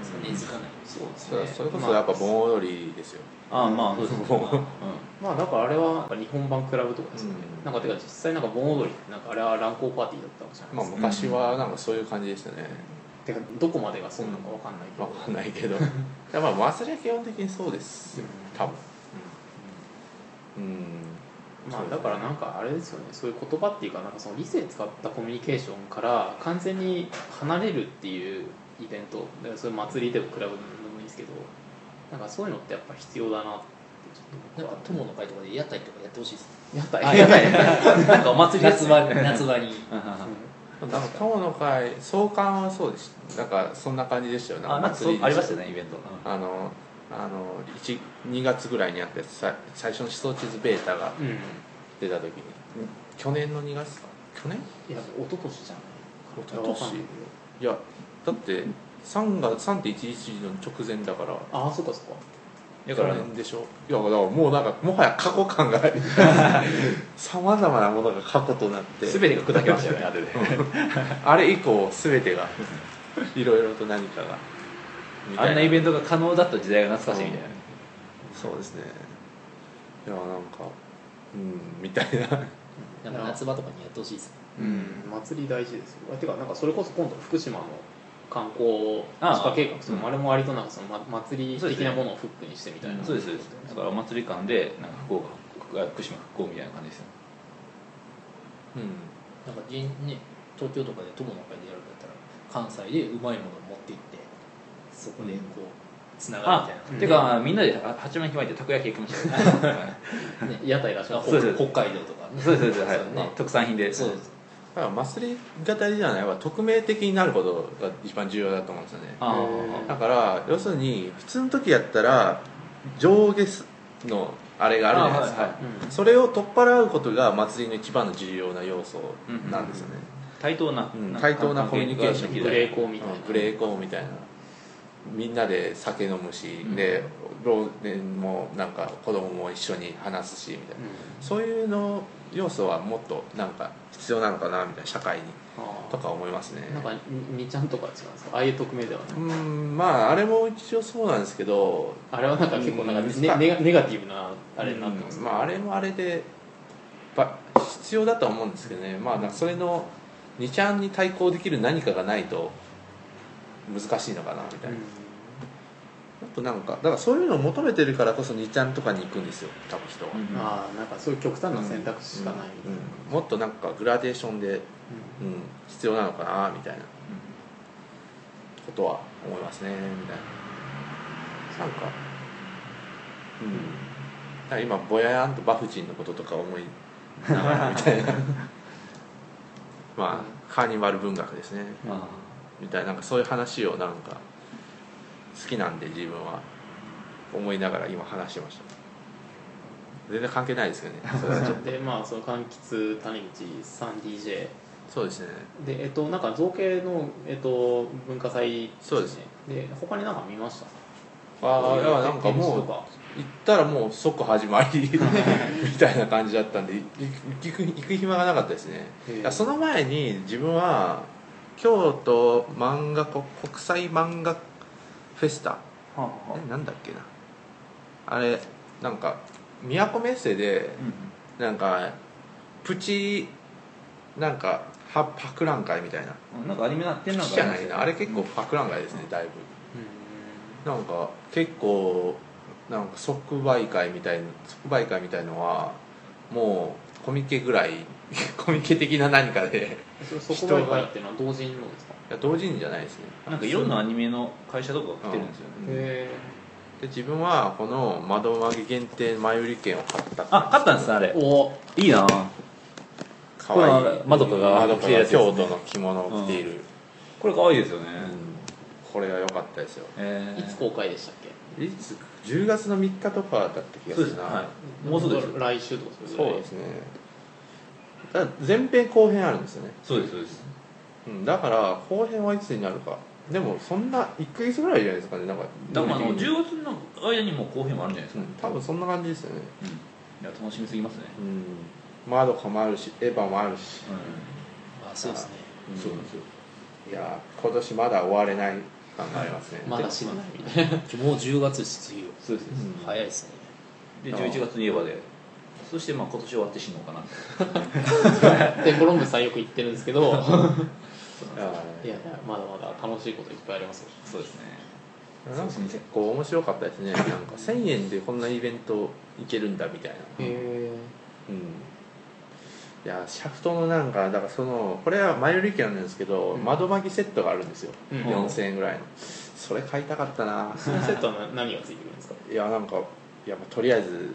[SPEAKER 4] じゃないですか、
[SPEAKER 3] うん
[SPEAKER 4] 根付かないそうで
[SPEAKER 1] それそれこそやっぱ盆踊りですよ、
[SPEAKER 3] あまあそうですね
[SPEAKER 1] もう
[SPEAKER 2] まあだからあれは日本版クラブとかですよね、
[SPEAKER 1] うん
[SPEAKER 2] なんかてか実際なんか盆踊りってなんかあれは乱行パーティーだったわけじゃない
[SPEAKER 1] ま
[SPEAKER 2] で
[SPEAKER 1] あ、
[SPEAKER 2] すか、
[SPEAKER 1] 昔はなんかそういう感じでしたね、
[SPEAKER 2] てかどこまでがそうなのかわかんないけど、
[SPEAKER 1] わかんないけ
[SPEAKER 3] (laughs)
[SPEAKER 1] どでもまあ祭りは基本的にそうですよ
[SPEAKER 2] うん
[SPEAKER 1] 多分うん、
[SPEAKER 2] まあだからなんかあれですよねそういう言葉っていうかなんかその理性使ったコミュニケーションから完全に離れるっていうイベントだからそういう祭りでもクラブでもいいですけどなんかそういうのってやっぱ必要だなってちょっと
[SPEAKER 4] なん
[SPEAKER 2] 僕
[SPEAKER 4] か
[SPEAKER 2] は
[SPEAKER 4] 友の会とかで屋台とかやってほしいです
[SPEAKER 2] やった
[SPEAKER 4] あやばい
[SPEAKER 3] なんかお祭り
[SPEAKER 4] 夏
[SPEAKER 3] (laughs)
[SPEAKER 4] 場に夏場に
[SPEAKER 3] うんうんうん
[SPEAKER 1] うんなんか友の会創刊はそうでしたなんかそんな感じでしたよ
[SPEAKER 3] あなんかそう
[SPEAKER 1] 祭
[SPEAKER 3] ありました
[SPEAKER 1] ね
[SPEAKER 3] よねイベント
[SPEAKER 1] あのあの1 2月ぐらいにあってさ最初の思想地図ベータが
[SPEAKER 2] うんい
[SPEAKER 1] 出た時に去年の2月か去年
[SPEAKER 2] や一昨年じゃない
[SPEAKER 1] 一昨年いやだって3が3.11の直前だから
[SPEAKER 2] ああそっかそっか
[SPEAKER 3] だから
[SPEAKER 1] 去年でしょいやだからもうなんかもはや過去感が
[SPEAKER 3] (laughs)
[SPEAKER 1] さまざまなものが過去となって
[SPEAKER 3] 全てが砕けましたよねあ (laughs) れで
[SPEAKER 1] あれ以降全てがいろいろと何かがみたい
[SPEAKER 3] あんなイベントが可能だった時代が懐かしいみたいな
[SPEAKER 1] そうですねいやなんかうんみたいな
[SPEAKER 4] なんか夏場とかにやってほしいです
[SPEAKER 2] うん祭り大事ですよてかなんかそれこそ今度福島の観光地下計画とかもあれも割となんかそのま祭り的なものをフックにしてみたいな、
[SPEAKER 3] そうですそうですだからお祭り館でなんか福岡福あ福島復興みたいな感じですよね
[SPEAKER 1] う
[SPEAKER 4] なんか現ね東京とかで友の会でやるんだったら関西でうまいものを持って行ってそこでこうつなが
[SPEAKER 3] あ
[SPEAKER 4] るみたいな、
[SPEAKER 2] うん
[SPEAKER 3] てかみんなでは八幡巻いてたこ焼き行きましたよね
[SPEAKER 2] 屋台出し
[SPEAKER 4] あ
[SPEAKER 2] ま
[SPEAKER 4] 北
[SPEAKER 2] す
[SPEAKER 3] そうです
[SPEAKER 4] 北海道とかね
[SPEAKER 3] そうですそうですはい
[SPEAKER 4] そうね
[SPEAKER 3] 特産品で
[SPEAKER 4] そう
[SPEAKER 1] だから祭りが大事じゃないは匿名的になることが一番重要だと思うんですよね
[SPEAKER 3] ああ
[SPEAKER 1] だから要するに普通の時やったら上下のあれがあるじゃないですか、
[SPEAKER 3] あはいはい
[SPEAKER 2] うん
[SPEAKER 1] それを取っ払うことが祭りの一番の重要な要素なんですよね、
[SPEAKER 3] 対等な
[SPEAKER 1] うん
[SPEAKER 3] なんか
[SPEAKER 1] 対等なコミュニケーション
[SPEAKER 3] 関係
[SPEAKER 2] ブ
[SPEAKER 3] が
[SPEAKER 2] レ
[SPEAKER 3] で
[SPEAKER 2] ー
[SPEAKER 3] き
[SPEAKER 2] コーみたいな、
[SPEAKER 1] うんブレイコーみたいなみんなで酒飲むし、で老年もなんか子供も一緒に話すしみた
[SPEAKER 2] う
[SPEAKER 1] いな、
[SPEAKER 2] ん
[SPEAKER 1] そういうの要素はもっとなんか必要なのかなみたいな社会に
[SPEAKER 2] あ
[SPEAKER 1] とか思いますね
[SPEAKER 2] ーなんかににちゃんとか違うんですかああいう匿名ではな
[SPEAKER 1] う
[SPEAKER 2] い
[SPEAKER 1] んまああれも一応そうなんですけど
[SPEAKER 2] あれはなんか結構なんかね、
[SPEAKER 1] うん
[SPEAKER 2] ねネガネガティブなあれになってます
[SPEAKER 1] う
[SPEAKER 2] け
[SPEAKER 1] ん
[SPEAKER 2] ど、
[SPEAKER 1] まあ、あれもあれでば必要だとは思うんですけどねまあなんかそれの2ちゃんに対抗できる何かがないと難しいのかなみた
[SPEAKER 2] う
[SPEAKER 1] い
[SPEAKER 2] ん
[SPEAKER 1] な、もっとなんかだからそういうのを求めてるからこそ2ちゃんとかに行くんですよ多分人は、
[SPEAKER 3] うん
[SPEAKER 2] まあなんかそういう極端な選択肢しかないみたいな、
[SPEAKER 1] うんもっとなんかグラデーションで、
[SPEAKER 2] う
[SPEAKER 1] うん、必要なのかなみたいなことは思いますねみたいななんかうんだから今ぼややんとバフチンのこととか思いながらみたい (laughs) なまあカーニバル文学ですね
[SPEAKER 3] あ
[SPEAKER 1] みたいななんかそういう話をなんか好きなんで自分は思いながら今話してました全然関係ないですけどね (laughs) それはちょっと
[SPEAKER 2] でまあその柑橘谷口さん DJ
[SPEAKER 1] そうですね
[SPEAKER 2] でえっとなんか造形の、えっと、文化祭
[SPEAKER 1] そうですね
[SPEAKER 2] で他になんか見ました
[SPEAKER 1] ああい
[SPEAKER 2] こういう
[SPEAKER 1] やなんかもう
[SPEAKER 2] 展示とか
[SPEAKER 1] 行ったらもう即始まりみたいな感じだったんでい行く行く暇がなかったですね
[SPEAKER 2] へえ
[SPEAKER 1] いやその前に自分は京都漫画国国際漫画フェスタ
[SPEAKER 3] あはあはあ
[SPEAKER 1] えなんだっけなあれなんか都メッセで
[SPEAKER 3] う
[SPEAKER 1] なんかプチなんかは博覧会みたいなん
[SPEAKER 3] なんかアニメなってんの
[SPEAKER 1] 好
[SPEAKER 3] か
[SPEAKER 1] きじゃないなあれ結構博覧会ですねだいぶ
[SPEAKER 2] うん
[SPEAKER 1] なんか結構なんか即売会みたいな即売会みたいのはもうコミケぐらい (laughs) コミケ的な何かで
[SPEAKER 2] それそこまで入っていうのは同時にのですか
[SPEAKER 1] いや同時にじゃないですね
[SPEAKER 3] なんかいろんなアニメの会社とかが来てるんですよね
[SPEAKER 1] うん
[SPEAKER 2] へ
[SPEAKER 1] で自分はこの窓曲げ限定前売り券を買った
[SPEAKER 3] あ買ったんですねあれ
[SPEAKER 4] お
[SPEAKER 3] いいな
[SPEAKER 1] かわいい
[SPEAKER 3] まどかが
[SPEAKER 1] 窓
[SPEAKER 3] 着
[SPEAKER 1] か
[SPEAKER 3] てる
[SPEAKER 1] が
[SPEAKER 3] やつですね
[SPEAKER 1] 京都の着物を着ている、
[SPEAKER 3] これ可愛いですよね、
[SPEAKER 1] これが良かったですよ
[SPEAKER 3] え
[SPEAKER 4] いつ公開でしたっけ
[SPEAKER 1] いつ10月の3日とかだった気がす
[SPEAKER 3] ーそうです
[SPEAKER 1] る
[SPEAKER 3] ね
[SPEAKER 1] な
[SPEAKER 3] はいもうすぐです
[SPEAKER 2] 来週とかする
[SPEAKER 1] そうですねただ前編後編あるんですよね、
[SPEAKER 3] そうですそうです
[SPEAKER 1] うん、だから後編はいつになるかでもそんな1ヶ月ぐらいじゃないですかねなんか
[SPEAKER 3] 多分あの10月の間にもう後編もあるんじゃないです
[SPEAKER 1] う
[SPEAKER 3] か、
[SPEAKER 1] ん多分そんな感じですよね
[SPEAKER 3] うんいや楽しみすぎますね、
[SPEAKER 1] うん窓かもあるしエヴァもあるし、
[SPEAKER 4] あそうですね
[SPEAKER 1] うん
[SPEAKER 3] そうなんですよ
[SPEAKER 1] いやー今年まだ終われない感がありますね、
[SPEAKER 4] まだ死なないみたいなもう10月です次を
[SPEAKER 3] そうです、
[SPEAKER 1] うん
[SPEAKER 4] 早いですね
[SPEAKER 3] で11月にエヴァでそしてまあ今年終わって死のうかな
[SPEAKER 2] でコロンブスさんよく言ってるんですけど (laughs)
[SPEAKER 1] いや
[SPEAKER 2] いやいやまだまだ楽しいこといっぱいありますよ
[SPEAKER 3] そうですね
[SPEAKER 1] ーなんか
[SPEAKER 3] そうですね
[SPEAKER 1] 結構面白かったですねなんか1000円でこんなイベント行けるんだみたいな
[SPEAKER 2] へ
[SPEAKER 1] うんいやーシャフトのなんかだからそのこれは前売り券なんですけど、
[SPEAKER 2] うん
[SPEAKER 1] 窓巻きセットがあるんですよ、
[SPEAKER 2] うん
[SPEAKER 1] 4000円ぐらいのそれ買いたかったな
[SPEAKER 2] そのセットはな何がついてくるんですか
[SPEAKER 1] いやなんかいやまあとりあえず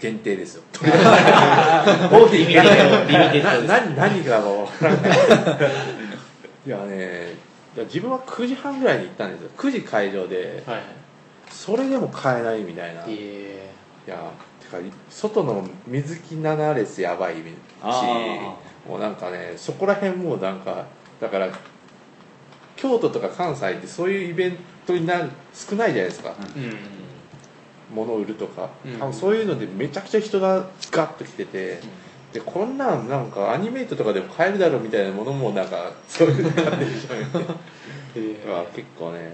[SPEAKER 1] 限定です (laughs) よとり
[SPEAKER 3] 大きい意味がないよ
[SPEAKER 1] あえずな何何がもうなんか (laughs) いやねいや自分は9時半ぐらいに行ったんですよ9時会場で
[SPEAKER 2] はいはい
[SPEAKER 1] それでも買えないみたいないや
[SPEAKER 2] え
[SPEAKER 1] てか外の水木7列やばいし
[SPEAKER 3] あ
[SPEAKER 1] もうなんかねそこら辺もうなんかだから京都とか関西ってそういうイベントになる少ないじゃないですか、
[SPEAKER 3] う
[SPEAKER 2] うん
[SPEAKER 1] 物を売るとか、
[SPEAKER 2] うん
[SPEAKER 1] 多分そういうのでめちゃくちゃ人がガッと来てて、でこんなんなんかアニメイトとかでも買えるだろうみたいなものもなんかそういうのが出てきちゃうみたい
[SPEAKER 2] へ
[SPEAKER 1] な
[SPEAKER 3] (laughs)
[SPEAKER 1] だから結構ね、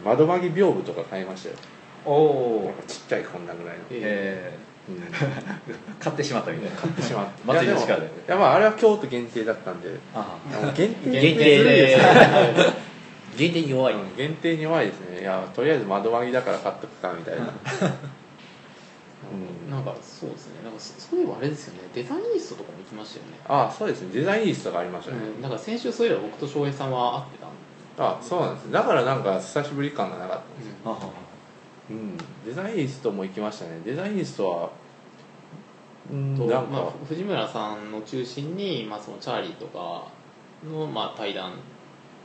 [SPEAKER 1] うん、窓マギ屏風とか買いましたよ
[SPEAKER 3] お
[SPEAKER 1] なん
[SPEAKER 3] お
[SPEAKER 1] かちっちゃいこんなぐらいの、
[SPEAKER 3] え
[SPEAKER 1] うん、
[SPEAKER 3] ー、買ってしまったみたいな
[SPEAKER 1] 買ってしまって
[SPEAKER 3] 祭りの
[SPEAKER 1] いや
[SPEAKER 3] 力
[SPEAKER 1] で
[SPEAKER 3] で
[SPEAKER 1] もいやまああれは京都限定だったんで
[SPEAKER 3] あ
[SPEAKER 1] いやもう限定
[SPEAKER 3] 限定で
[SPEAKER 2] (laughs)
[SPEAKER 4] 限定に弱い
[SPEAKER 1] うん限定に弱いですねいやとりあえず窓マギだから買っとくかみたいな、うん
[SPEAKER 2] なんかそうですねなんかそそういえばあれですよねデザイニストとかも行きましたよね
[SPEAKER 1] ああそうですねデザインリストがありましたね、
[SPEAKER 2] うん、なんか先週そういえば僕と翔平さんは会ってたん
[SPEAKER 1] あそうなんですだからなんか久しぶり感がなかったんですよ、
[SPEAKER 3] ああ
[SPEAKER 1] うん、デザインリストも行きましたねデザインリストはうん
[SPEAKER 2] と
[SPEAKER 1] なんか、
[SPEAKER 2] まあ、藤村さんの中心に、まあ、そのチャーリーとかの、まあ、対談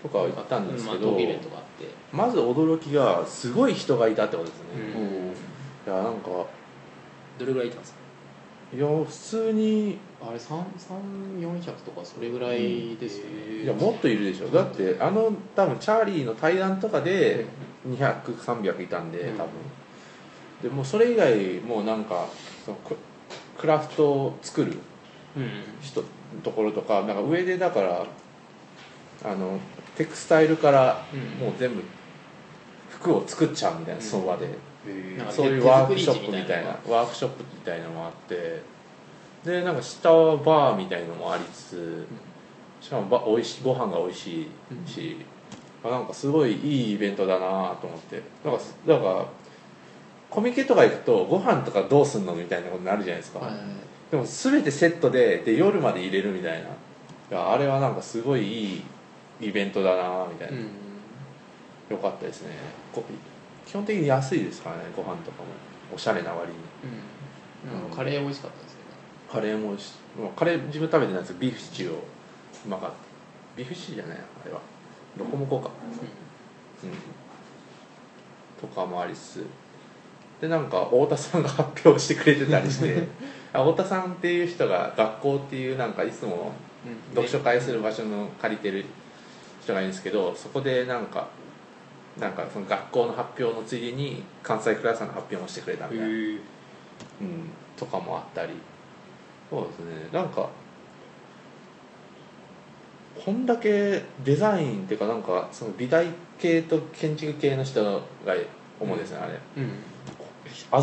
[SPEAKER 1] とかは行ったんですけ
[SPEAKER 2] まあ、
[SPEAKER 1] ど、
[SPEAKER 2] トークイベントがあって、
[SPEAKER 1] まず驚きがすごい人がいたってことです
[SPEAKER 2] う
[SPEAKER 1] ね、
[SPEAKER 2] ん
[SPEAKER 1] いやなんか
[SPEAKER 4] どれぐらいいたんですか
[SPEAKER 1] いや普通に
[SPEAKER 2] あれ3400とかそれぐらいですよね、
[SPEAKER 1] いやもっといるでしょだってあの多分チャーリーの対談とかで200300いたんで
[SPEAKER 2] うん
[SPEAKER 1] 多分、でもうそれ以外もうなんかそのククラフトを作る
[SPEAKER 2] うん、
[SPEAKER 1] 人のところとかなんか上でだからあのテクスタイルから
[SPEAKER 2] うん
[SPEAKER 1] もう全部服を作っちゃうみたいな、
[SPEAKER 2] うん
[SPEAKER 1] その場で、
[SPEAKER 2] なんか
[SPEAKER 1] そういう
[SPEAKER 2] 手
[SPEAKER 1] ワー
[SPEAKER 2] 手作り
[SPEAKER 1] ク
[SPEAKER 2] 市
[SPEAKER 1] ショップみたいな
[SPEAKER 2] のが
[SPEAKER 1] ワークショップみたいなのもあってでなんか下はバーみたいのもありつつしかもばおいしいご飯が美味しいし、あなんかすごいいいイベントだなと思ってなんかだからコミケとか行くとご飯とかどうすんのみたいなことになるじゃないですか、
[SPEAKER 2] はい
[SPEAKER 1] でも全てセットでで夜まで入れるみたいないやあれはなんかすごいいいイベントだなみたいな、
[SPEAKER 2] うん
[SPEAKER 1] よかったですねこ基本的に安いですからねご飯とかもおしゃれな割に
[SPEAKER 2] うん、なんかカレー美味しかったですけど、
[SPEAKER 1] カレーもおいしまあカレー自分食べてないんですけどビーフシチューをうまかったビーフシチューじゃないなあれはロコモコかうん、とかもありつつでなんか太田さんが発表してくれてたりして (laughs) あ太田さんっていう人が学校っていうなんかいつも
[SPEAKER 2] うんうん
[SPEAKER 1] 読書会する
[SPEAKER 2] で
[SPEAKER 1] 場所の借りてる人がいるんですけどそこでなんかなんかその学校の発表のついでに関西クラスの発表もしてくれたみたいな、
[SPEAKER 2] へえ
[SPEAKER 1] うん、とかもあったりそうですねなんかこんだけデザインっていうかなんかその美大系と建築系の人が主ですね、あれ
[SPEAKER 2] うん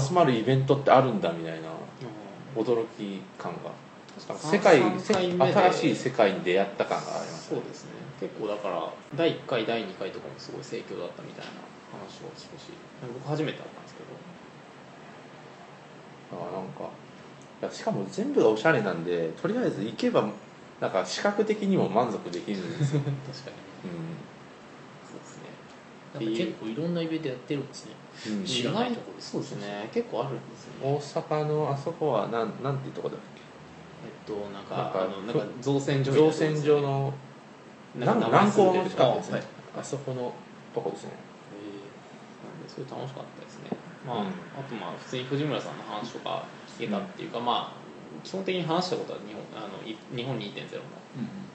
[SPEAKER 1] 集まるイベントってあるんだみたいな驚き感が世界
[SPEAKER 2] 三
[SPEAKER 1] 世
[SPEAKER 2] 回目で
[SPEAKER 1] 新しい世界に出会った感があります
[SPEAKER 2] そうですね結構だから第1回第2回とかもすごい盛況だったみたいな話を少し僕初めて会ったんですけ (laughs) ど
[SPEAKER 1] あなんかいやしかも全部がおしゃれなんでとりあえず行けばなんか視覚的にも満足できるんですよ、
[SPEAKER 2] 確かに
[SPEAKER 1] うん、
[SPEAKER 2] そうですね
[SPEAKER 4] なんか結構いろんなイベントやってるんですね
[SPEAKER 1] うん
[SPEAKER 4] 知らないところ
[SPEAKER 2] そうですね結構あるんですよね
[SPEAKER 1] 大阪のあそこはなんなんていうとこだっ
[SPEAKER 2] えっとなんか
[SPEAKER 1] なんか
[SPEAKER 2] あのなんか造船
[SPEAKER 1] け
[SPEAKER 2] 所
[SPEAKER 1] 造船所の
[SPEAKER 2] な
[SPEAKER 1] なんん
[SPEAKER 2] か
[SPEAKER 1] か
[SPEAKER 2] 南
[SPEAKER 1] 南
[SPEAKER 2] 港の
[SPEAKER 1] 港の
[SPEAKER 2] 近
[SPEAKER 1] 近
[SPEAKER 2] く
[SPEAKER 1] く
[SPEAKER 2] で
[SPEAKER 1] ですす
[SPEAKER 2] ね
[SPEAKER 1] ね、あそこのとこですね
[SPEAKER 2] なんでそれ楽しかったですね、まあ
[SPEAKER 1] う
[SPEAKER 2] あ
[SPEAKER 1] ん
[SPEAKER 2] とまあ普通に藤村さんの話とか聞けたっていうか、まあ基本的に話したことは日本あのい日本2.0の、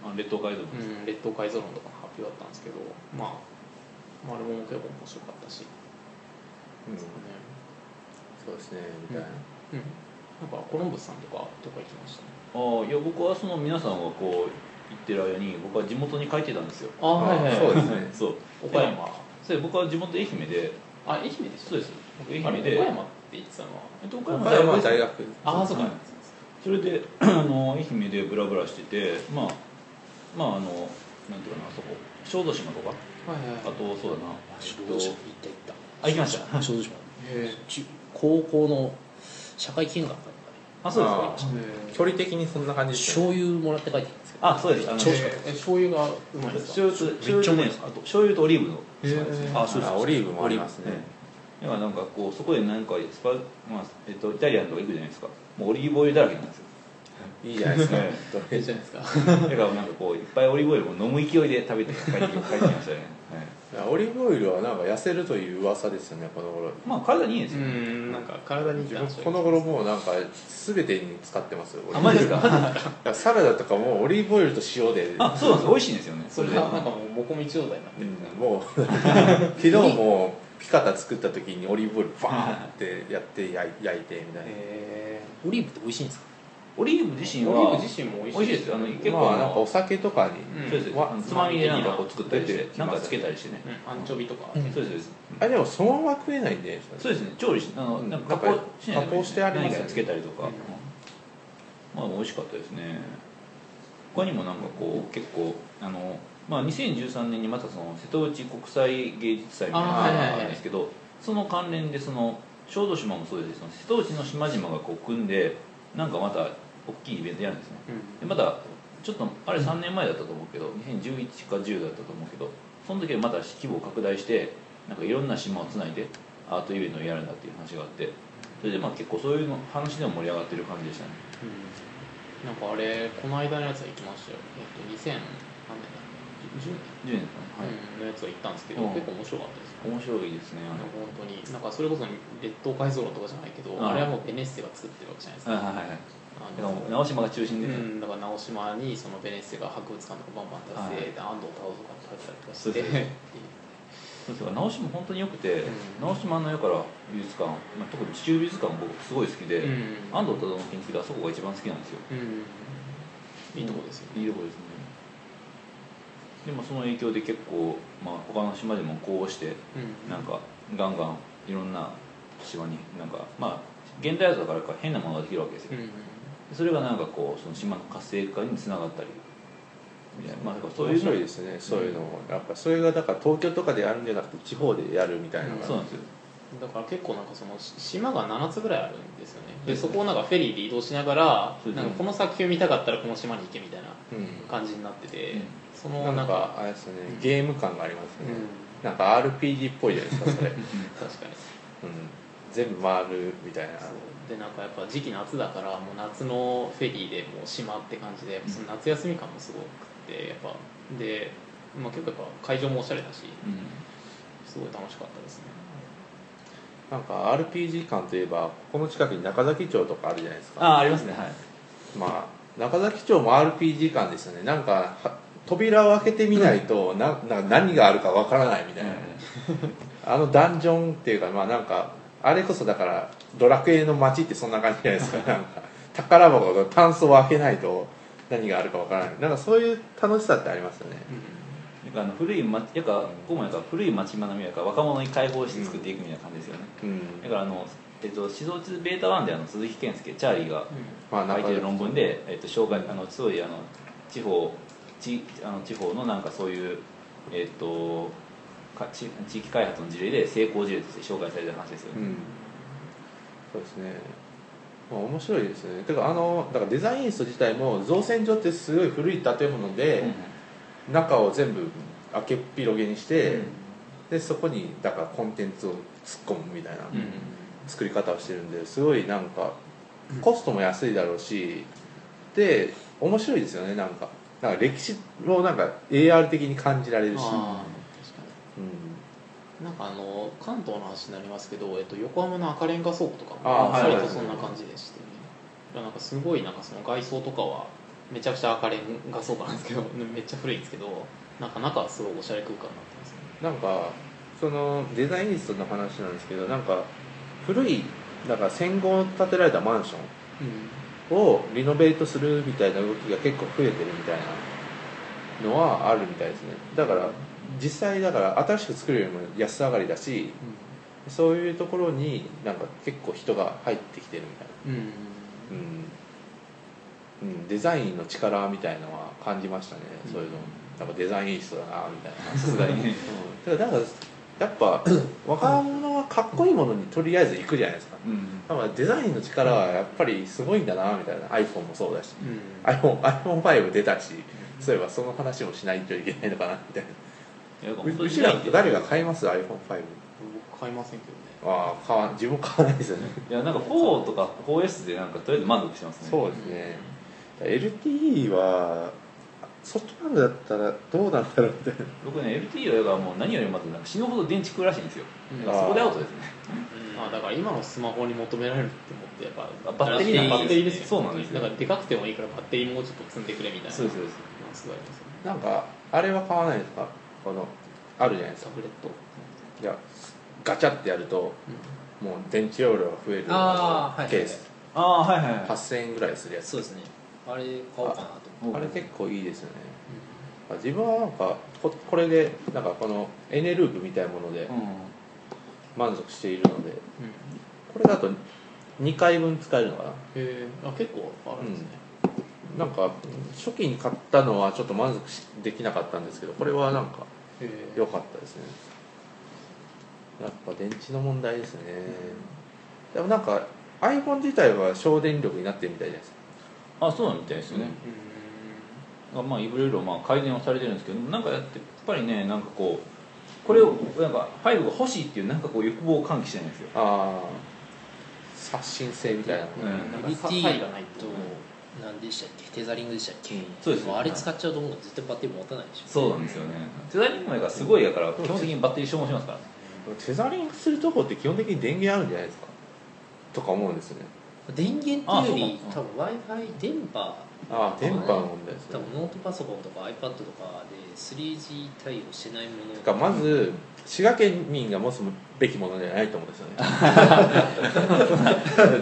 [SPEAKER 3] あの列島街道の
[SPEAKER 2] うん、列島改造論とかの発表だったんですけどまあ丸も結構面白かったし、ね
[SPEAKER 1] うんそうですねみたいな、
[SPEAKER 2] うん、なんかコロンブスさんとかとか行きましたね
[SPEAKER 3] ああいや僕はその皆さんがこう言ってる間に僕は地元に帰ってたんですよ
[SPEAKER 2] あ
[SPEAKER 1] はいはいそうですね
[SPEAKER 3] そう
[SPEAKER 2] 岡山
[SPEAKER 3] それで僕は地元愛媛で
[SPEAKER 2] あ愛媛でし
[SPEAKER 3] そうです僕愛
[SPEAKER 2] たあ
[SPEAKER 3] 媛
[SPEAKER 2] れ
[SPEAKER 3] で
[SPEAKER 2] 岡山って言ってたのは
[SPEAKER 3] えっと岡
[SPEAKER 1] 岡
[SPEAKER 3] 山
[SPEAKER 1] 山は
[SPEAKER 3] 大
[SPEAKER 1] 大
[SPEAKER 3] 学
[SPEAKER 1] 学
[SPEAKER 2] ああそうか、
[SPEAKER 3] はいそれで (clears throat) あの愛媛でブラブラしててまあまああのなんていうかなあそこ小豆島とか
[SPEAKER 2] はいはい
[SPEAKER 3] あ
[SPEAKER 2] はい
[SPEAKER 3] とそうだな
[SPEAKER 4] 小
[SPEAKER 3] えっ
[SPEAKER 4] 豆島
[SPEAKER 3] と
[SPEAKER 4] 行った行っ
[SPEAKER 3] あ行きました
[SPEAKER 4] た小豆島
[SPEAKER 2] へ
[SPEAKER 4] 中高校の社会見学かなんかで
[SPEAKER 3] あそうですか
[SPEAKER 1] あ
[SPEAKER 2] ー
[SPEAKER 1] 距離的にそんな感じですね
[SPEAKER 4] 醤油もらって帰ってきたんですけど
[SPEAKER 3] あそうですあの
[SPEAKER 4] 調子が
[SPEAKER 2] え醤油がうまいですか
[SPEAKER 3] 醤油と醤油とねあと醤油とオリーブの
[SPEAKER 2] へー
[SPEAKER 3] あそうです
[SPEAKER 1] あオリーブもありますね
[SPEAKER 3] だからなんかこうそこでなんかスパ、まあえっと、イタリアンとか行くじゃないですかもうオリーブオイルだらけなんですよ
[SPEAKER 1] いいじゃないですか
[SPEAKER 3] はい
[SPEAKER 2] いいじゃないですか
[SPEAKER 3] だからなんかこういっぱいオリーブオイルも飲む勢いで食べて帰って帰ってきましたね、はい、
[SPEAKER 1] オリーブオイルはなんか痩せるという噂ですよねこの頃
[SPEAKER 3] まあ体にいいです
[SPEAKER 2] う
[SPEAKER 3] よ、
[SPEAKER 2] んなんか体にいい
[SPEAKER 1] 自
[SPEAKER 2] な
[SPEAKER 1] 分この頃もうなんか全てに使ってますよオリーブ
[SPEAKER 3] 甘いです
[SPEAKER 1] (laughs)
[SPEAKER 3] か
[SPEAKER 1] だからサラダとかもオリーブオイルと塩で
[SPEAKER 3] あそうなんです美味しいんですよね
[SPEAKER 2] そ
[SPEAKER 3] そ
[SPEAKER 2] れ
[SPEAKER 3] れ
[SPEAKER 2] で
[SPEAKER 3] で
[SPEAKER 2] なんかもうもこみち状態になって
[SPEAKER 1] う
[SPEAKER 2] る
[SPEAKER 1] んもう (laughs) 昨日もピカタ作った時にオリーブオイルバーンってやって焼い焼いてみたいな
[SPEAKER 2] へ
[SPEAKER 4] オリーブって美味しいんですか
[SPEAKER 3] オリーブ自身
[SPEAKER 2] オリー
[SPEAKER 3] は
[SPEAKER 2] ブ自身も美味しい
[SPEAKER 3] 美味しいですよあの結構、
[SPEAKER 1] まあなんかお酒とかに
[SPEAKER 2] うん
[SPEAKER 3] そうです
[SPEAKER 1] わ
[SPEAKER 3] あのつまみでなんかこう作ったりして
[SPEAKER 1] つま
[SPEAKER 3] なん
[SPEAKER 1] み
[SPEAKER 3] かつけたりしてね、
[SPEAKER 2] うんアンチョビとか
[SPEAKER 4] うん
[SPEAKER 3] そうですそうです
[SPEAKER 1] あでもそのまま食えないんで
[SPEAKER 3] そうですね調理しあの
[SPEAKER 1] うん
[SPEAKER 3] なんか加工しないとね
[SPEAKER 1] 加工してありますよね
[SPEAKER 3] 何かにつけたりとか、
[SPEAKER 2] うん
[SPEAKER 3] まあ美味しかったですね他にもなんかこう結構あのまあ2013年にまたその瀬戸内国際芸術祭みたいなの
[SPEAKER 1] あー
[SPEAKER 3] があ
[SPEAKER 2] はいはいは
[SPEAKER 3] っ
[SPEAKER 2] い
[SPEAKER 3] たんですけどその関連でその小豆島もそうですしその瀬戸内の島々がこう組んでなんかまた大きいイベントやるんですねでまたちょっとあれ3年前だったと思うけど2011か10だったと思うけどその時はまた規模を拡大してなんかいろんな島をつないでアートイベントをやるんだっていう話があってそれでまあ結構そういうの話でも盛り上がってる感じでしたね
[SPEAKER 2] うんなんかあれこの間のやつは行きましたよえっと2000何年だ10年
[SPEAKER 3] 10年ですかね、
[SPEAKER 2] うんのやつは行ったんですけど
[SPEAKER 3] うん
[SPEAKER 2] 結構面白かったです
[SPEAKER 3] はい、面白いですね
[SPEAKER 2] なんか本当になんかそれこそ列島改造論とかじゃないけど
[SPEAKER 3] うん
[SPEAKER 2] あれはもうベネッセが作ってるわけじゃないです
[SPEAKER 3] あの
[SPEAKER 2] か
[SPEAKER 3] はいはいはい
[SPEAKER 2] あ
[SPEAKER 3] だ
[SPEAKER 2] の
[SPEAKER 3] からもう直島が中心で、
[SPEAKER 2] うん、だから直島にそのベネッセが博物館とかバンバン建てて、安藤太郎とか建てたりとかしてっ
[SPEAKER 3] そうです
[SPEAKER 2] ていう
[SPEAKER 3] ねそうですよ直島本当によくて、
[SPEAKER 2] うん
[SPEAKER 3] 直島のやから美術館、まあ、特に地中美術館僕すごい好きで、
[SPEAKER 2] うん
[SPEAKER 3] 安藤忠雄の研究であそこが一番好きなんですよ
[SPEAKER 2] うんいいとこですよね、
[SPEAKER 3] いいとこですねでもその影響で結構、まあ、他の島でもこうして
[SPEAKER 2] うん
[SPEAKER 3] なんかガンガンいろんな島になんかまあ現代アートだからか変なものができるわけです
[SPEAKER 2] う
[SPEAKER 3] よ、
[SPEAKER 2] ん
[SPEAKER 3] それがなんかこうその島の活性化につながったりみたいなまあだからそうい
[SPEAKER 1] 面
[SPEAKER 3] うの
[SPEAKER 1] 白いですねそういうのもやっぱそれがだから東京とかでやるんじゃなくて地方でやるみたいなのが
[SPEAKER 3] そうなんですよ
[SPEAKER 2] だから結構なんかその島が7つぐらいあるんですよねで
[SPEAKER 3] うん
[SPEAKER 2] そこをなんかフェリーで移動しながら
[SPEAKER 3] そうで
[SPEAKER 2] な
[SPEAKER 3] すね
[SPEAKER 2] んかこの作品を見たかったらこの島に行けみたいな
[SPEAKER 1] うん
[SPEAKER 2] 感じになってて、
[SPEAKER 3] うん
[SPEAKER 2] その
[SPEAKER 1] な
[SPEAKER 2] なんん
[SPEAKER 1] か
[SPEAKER 2] か
[SPEAKER 1] あれですねゲーム感があります
[SPEAKER 2] うん
[SPEAKER 1] ね、なんか RPG っぽいじゃないですかそれ、うん、
[SPEAKER 2] 確かに
[SPEAKER 1] 全部回るみたいな
[SPEAKER 2] そうでなんかやっぱ時期夏だからもう夏のフェリーでもう島って感じでその夏休み感もすごくてやっぱで、まあ、結構やっぱ会場もおしゃれだし
[SPEAKER 3] うん
[SPEAKER 2] すごい楽しかったですね
[SPEAKER 1] なんか RPG 感といえばここの近くに中崎町とかあるじゃないですか
[SPEAKER 3] ああありますねはい
[SPEAKER 1] まあ中崎町も RPG 感ですよねなんかは扉を開けてみないと、ななんか何があるかわからないみたいな、あのダンジョンっていうかまあなんかあれこそだからドラクエの街ってそんな感じじゃないですかなんか宝箱の炭素を開けないと何があるかわからないなんかそういう楽しさってありますよね
[SPEAKER 3] なんかあの古い町やかここもやから古い町学びやから若者に開放して作っていくみたいな感じですよね、
[SPEAKER 1] うん
[SPEAKER 3] だからあの、えっと、指導地ベータ1であの鈴木健介チャーリーが
[SPEAKER 1] まあ
[SPEAKER 3] 書
[SPEAKER 1] 中
[SPEAKER 3] いてる論文で、えっと、障害あのすごいあの地方地あの地方のなんかそういう、えっと、か地地域開発の事例で成功事例として紹介された話ですよ
[SPEAKER 1] う
[SPEAKER 3] ね、
[SPEAKER 1] んそうですねまあ面白いですねてかあのだからデザインスト自体も造船所ってすごい古い建物で、
[SPEAKER 3] うん
[SPEAKER 1] 中を全部開けっ広げにして、
[SPEAKER 3] う
[SPEAKER 1] でそこにだからコンテンツを突っ込むみたいな
[SPEAKER 3] うん
[SPEAKER 1] 作り方をしてるんですごいなんかコストも安いだろうしで面白いですよねなんかなんか歴史もなんか AR 的に感じられるし、
[SPEAKER 2] あー確かに
[SPEAKER 1] う
[SPEAKER 2] なんかあの関東の話になりますけど、えっと、横浜の赤レンガ倉庫とか
[SPEAKER 1] あ
[SPEAKER 2] も
[SPEAKER 1] ー
[SPEAKER 2] 割
[SPEAKER 1] は
[SPEAKER 2] と
[SPEAKER 1] い
[SPEAKER 2] そんな感じでしてね、いやなんかすごいなんかその外装とかはめちゃくちゃ赤レンガ倉庫なんですけど (laughs) めっちゃ古いんですけどなんか中はすごいおしゃれ空間になってますね
[SPEAKER 1] ん、なんかそのデザイニストの話なんですけどなんか古いだから戦後建てられたマンションをリノベートするみたいな動きが結構増えてるみたいなのはあるみたいですねだから実際だから新しく作るよりも安上がりだしそういうところになんか結構人が入ってきてるみたいな
[SPEAKER 2] うん、うん
[SPEAKER 1] うん、うん、デザインの力みたいのは感じましたね、そういうのなんかデザインいい人だなみたいな
[SPEAKER 3] さすがにね
[SPEAKER 1] だからなんかやっぱ若者はかっこいいものにとりあえず行くじゃないですか
[SPEAKER 3] うん
[SPEAKER 1] だからデザインの力はやっぱりすごいんだなみたいな iPhone もそうだし
[SPEAKER 2] うん
[SPEAKER 1] iPhone iPhone5 出たしそういえばその話もしないといけないのかなみたいない
[SPEAKER 3] や本
[SPEAKER 1] う
[SPEAKER 3] 当
[SPEAKER 1] う
[SPEAKER 3] に
[SPEAKER 1] ちらって誰が買い
[SPEAKER 3] い
[SPEAKER 1] ます iPhone5
[SPEAKER 2] 僕買いませんけどね
[SPEAKER 1] ああ買わ自分買わないですよね
[SPEAKER 3] やなんか4とか 4S でなんかとりあえず満足してますね
[SPEAKER 1] そうですね LTE はソフトバンクだったらどうなんだろうみたいな
[SPEAKER 3] 僕ね LTE はもう何よりもまずなんか死ぬほど電池食うらしいんですよだからそこでアウトですね
[SPEAKER 2] まあ、だから今のスマホに求められるって思ってやっぱ
[SPEAKER 3] バッテリー
[SPEAKER 2] バッテリーですよ
[SPEAKER 3] そうなんです
[SPEAKER 2] だ
[SPEAKER 3] よ
[SPEAKER 2] からでかくてもいいからバッテリーもうちょっと積んでくれみたいな
[SPEAKER 3] そうですそうです
[SPEAKER 2] まあすごいありますよね
[SPEAKER 1] なんかあれは買わないですかこのあるじゃないです
[SPEAKER 2] タ
[SPEAKER 1] か
[SPEAKER 2] ブレット、
[SPEAKER 1] いやガチャってやるともう電池容量が増える
[SPEAKER 4] あーはい
[SPEAKER 1] ケース、
[SPEAKER 3] ああはいはいはい
[SPEAKER 1] 8000円ぐらいするやつ
[SPEAKER 4] そうですねあれ買おうかなと思って
[SPEAKER 1] あれ結構いいですよね自分はなんかここれでなんかこのエネループみたいなもので
[SPEAKER 3] うん
[SPEAKER 1] 満足しているので
[SPEAKER 2] うん
[SPEAKER 1] これだと2回分使えるのか
[SPEAKER 2] へえあ結構あるんですね、
[SPEAKER 1] ななんか初期に買ったのはちょっと満足しできなかったんですけどこれはなんか
[SPEAKER 2] へえ
[SPEAKER 1] 良かったですねやっぱ電池の問題ですねでもなんか iPhone 自体は省電力になってるみたいじゃないですか
[SPEAKER 3] あそうなんみたいですよねがまあいろいろまあ改善はされてるんですけどなんかやってやっぱりねなんかこうこれをなんかファイブが欲しいっていうなんかこう欲望を喚起してないんですよ
[SPEAKER 1] ああ刷新性みたいな
[SPEAKER 3] うん
[SPEAKER 2] なんか
[SPEAKER 4] LT
[SPEAKER 2] 差差異がない
[SPEAKER 4] と何でしたっけテザリングでしたっけ、
[SPEAKER 3] そうですね
[SPEAKER 4] もあれ使っちゃうともう絶対バッテリー持たないでしょ
[SPEAKER 3] そうなんですよねデザインもやからすごいやから基本的にバッテリー消耗しますから
[SPEAKER 1] テザリングするとこって基本的に電源あるんじゃないですかとか思うんですよね
[SPEAKER 4] 電源っていうより
[SPEAKER 3] あ
[SPEAKER 4] 多
[SPEAKER 3] そう
[SPEAKER 4] 分 w i f i 電波
[SPEAKER 1] ああ電波の問題です
[SPEAKER 4] 多
[SPEAKER 1] ね
[SPEAKER 4] 分ノートパソコンとか iPad とかで 3G 対応してないも
[SPEAKER 1] て
[SPEAKER 4] の
[SPEAKER 1] かまず滋賀県民が持つべきものじゃないと思うんですよね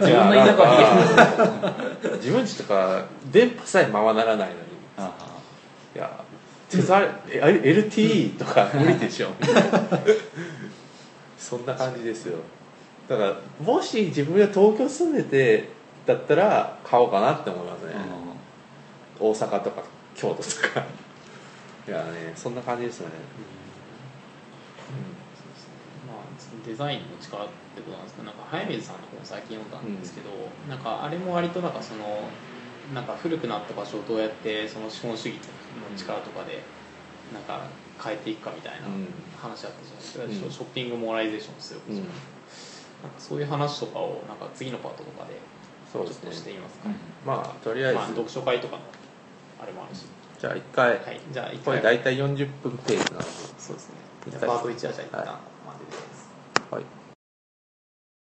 [SPEAKER 3] (laughs) 自分の田舎は
[SPEAKER 1] (laughs) 自分ちとか電波さえままならないのに
[SPEAKER 3] ああ
[SPEAKER 1] いやテザえあれ LTE とか無理でし
[SPEAKER 2] (laughs)
[SPEAKER 1] ょそんな感じですよだからもし自分が東京住んでてだったら買おうかなって思いますね、大阪とか京都とかいやねそんな感じですよね、
[SPEAKER 2] まあそのデザインの力ってことなんですけどなんか早水さんの本を最近読んだんですけど、なんかあれも割となんかそのなんか古くなった場所をどうやってその資本主義の力とかでなんか変えていくかみたいな
[SPEAKER 1] うん
[SPEAKER 2] 話だったじゃないですか、
[SPEAKER 1] うん
[SPEAKER 2] ショショッピングモーライゼーションですよ、
[SPEAKER 1] うん
[SPEAKER 2] なんかそういう話とかをなんか次のパートとかでち
[SPEAKER 1] そ
[SPEAKER 2] ょ
[SPEAKER 1] う
[SPEAKER 2] っ
[SPEAKER 1] で
[SPEAKER 2] とし
[SPEAKER 1] す
[SPEAKER 2] て
[SPEAKER 1] ね
[SPEAKER 2] いますか、
[SPEAKER 3] う
[SPEAKER 1] まあとりあえず、
[SPEAKER 2] まあ、読書会とかのあれもあるし、
[SPEAKER 1] じゃあ一回、
[SPEAKER 2] はい、じゃあ一
[SPEAKER 1] こ
[SPEAKER 2] 回
[SPEAKER 1] れ大体40分ページなので
[SPEAKER 2] そうですね
[SPEAKER 1] 一
[SPEAKER 2] じゃ
[SPEAKER 1] 回
[SPEAKER 2] あパート1はじゃあ一旦
[SPEAKER 1] はい
[SPEAKER 2] までです、
[SPEAKER 1] はい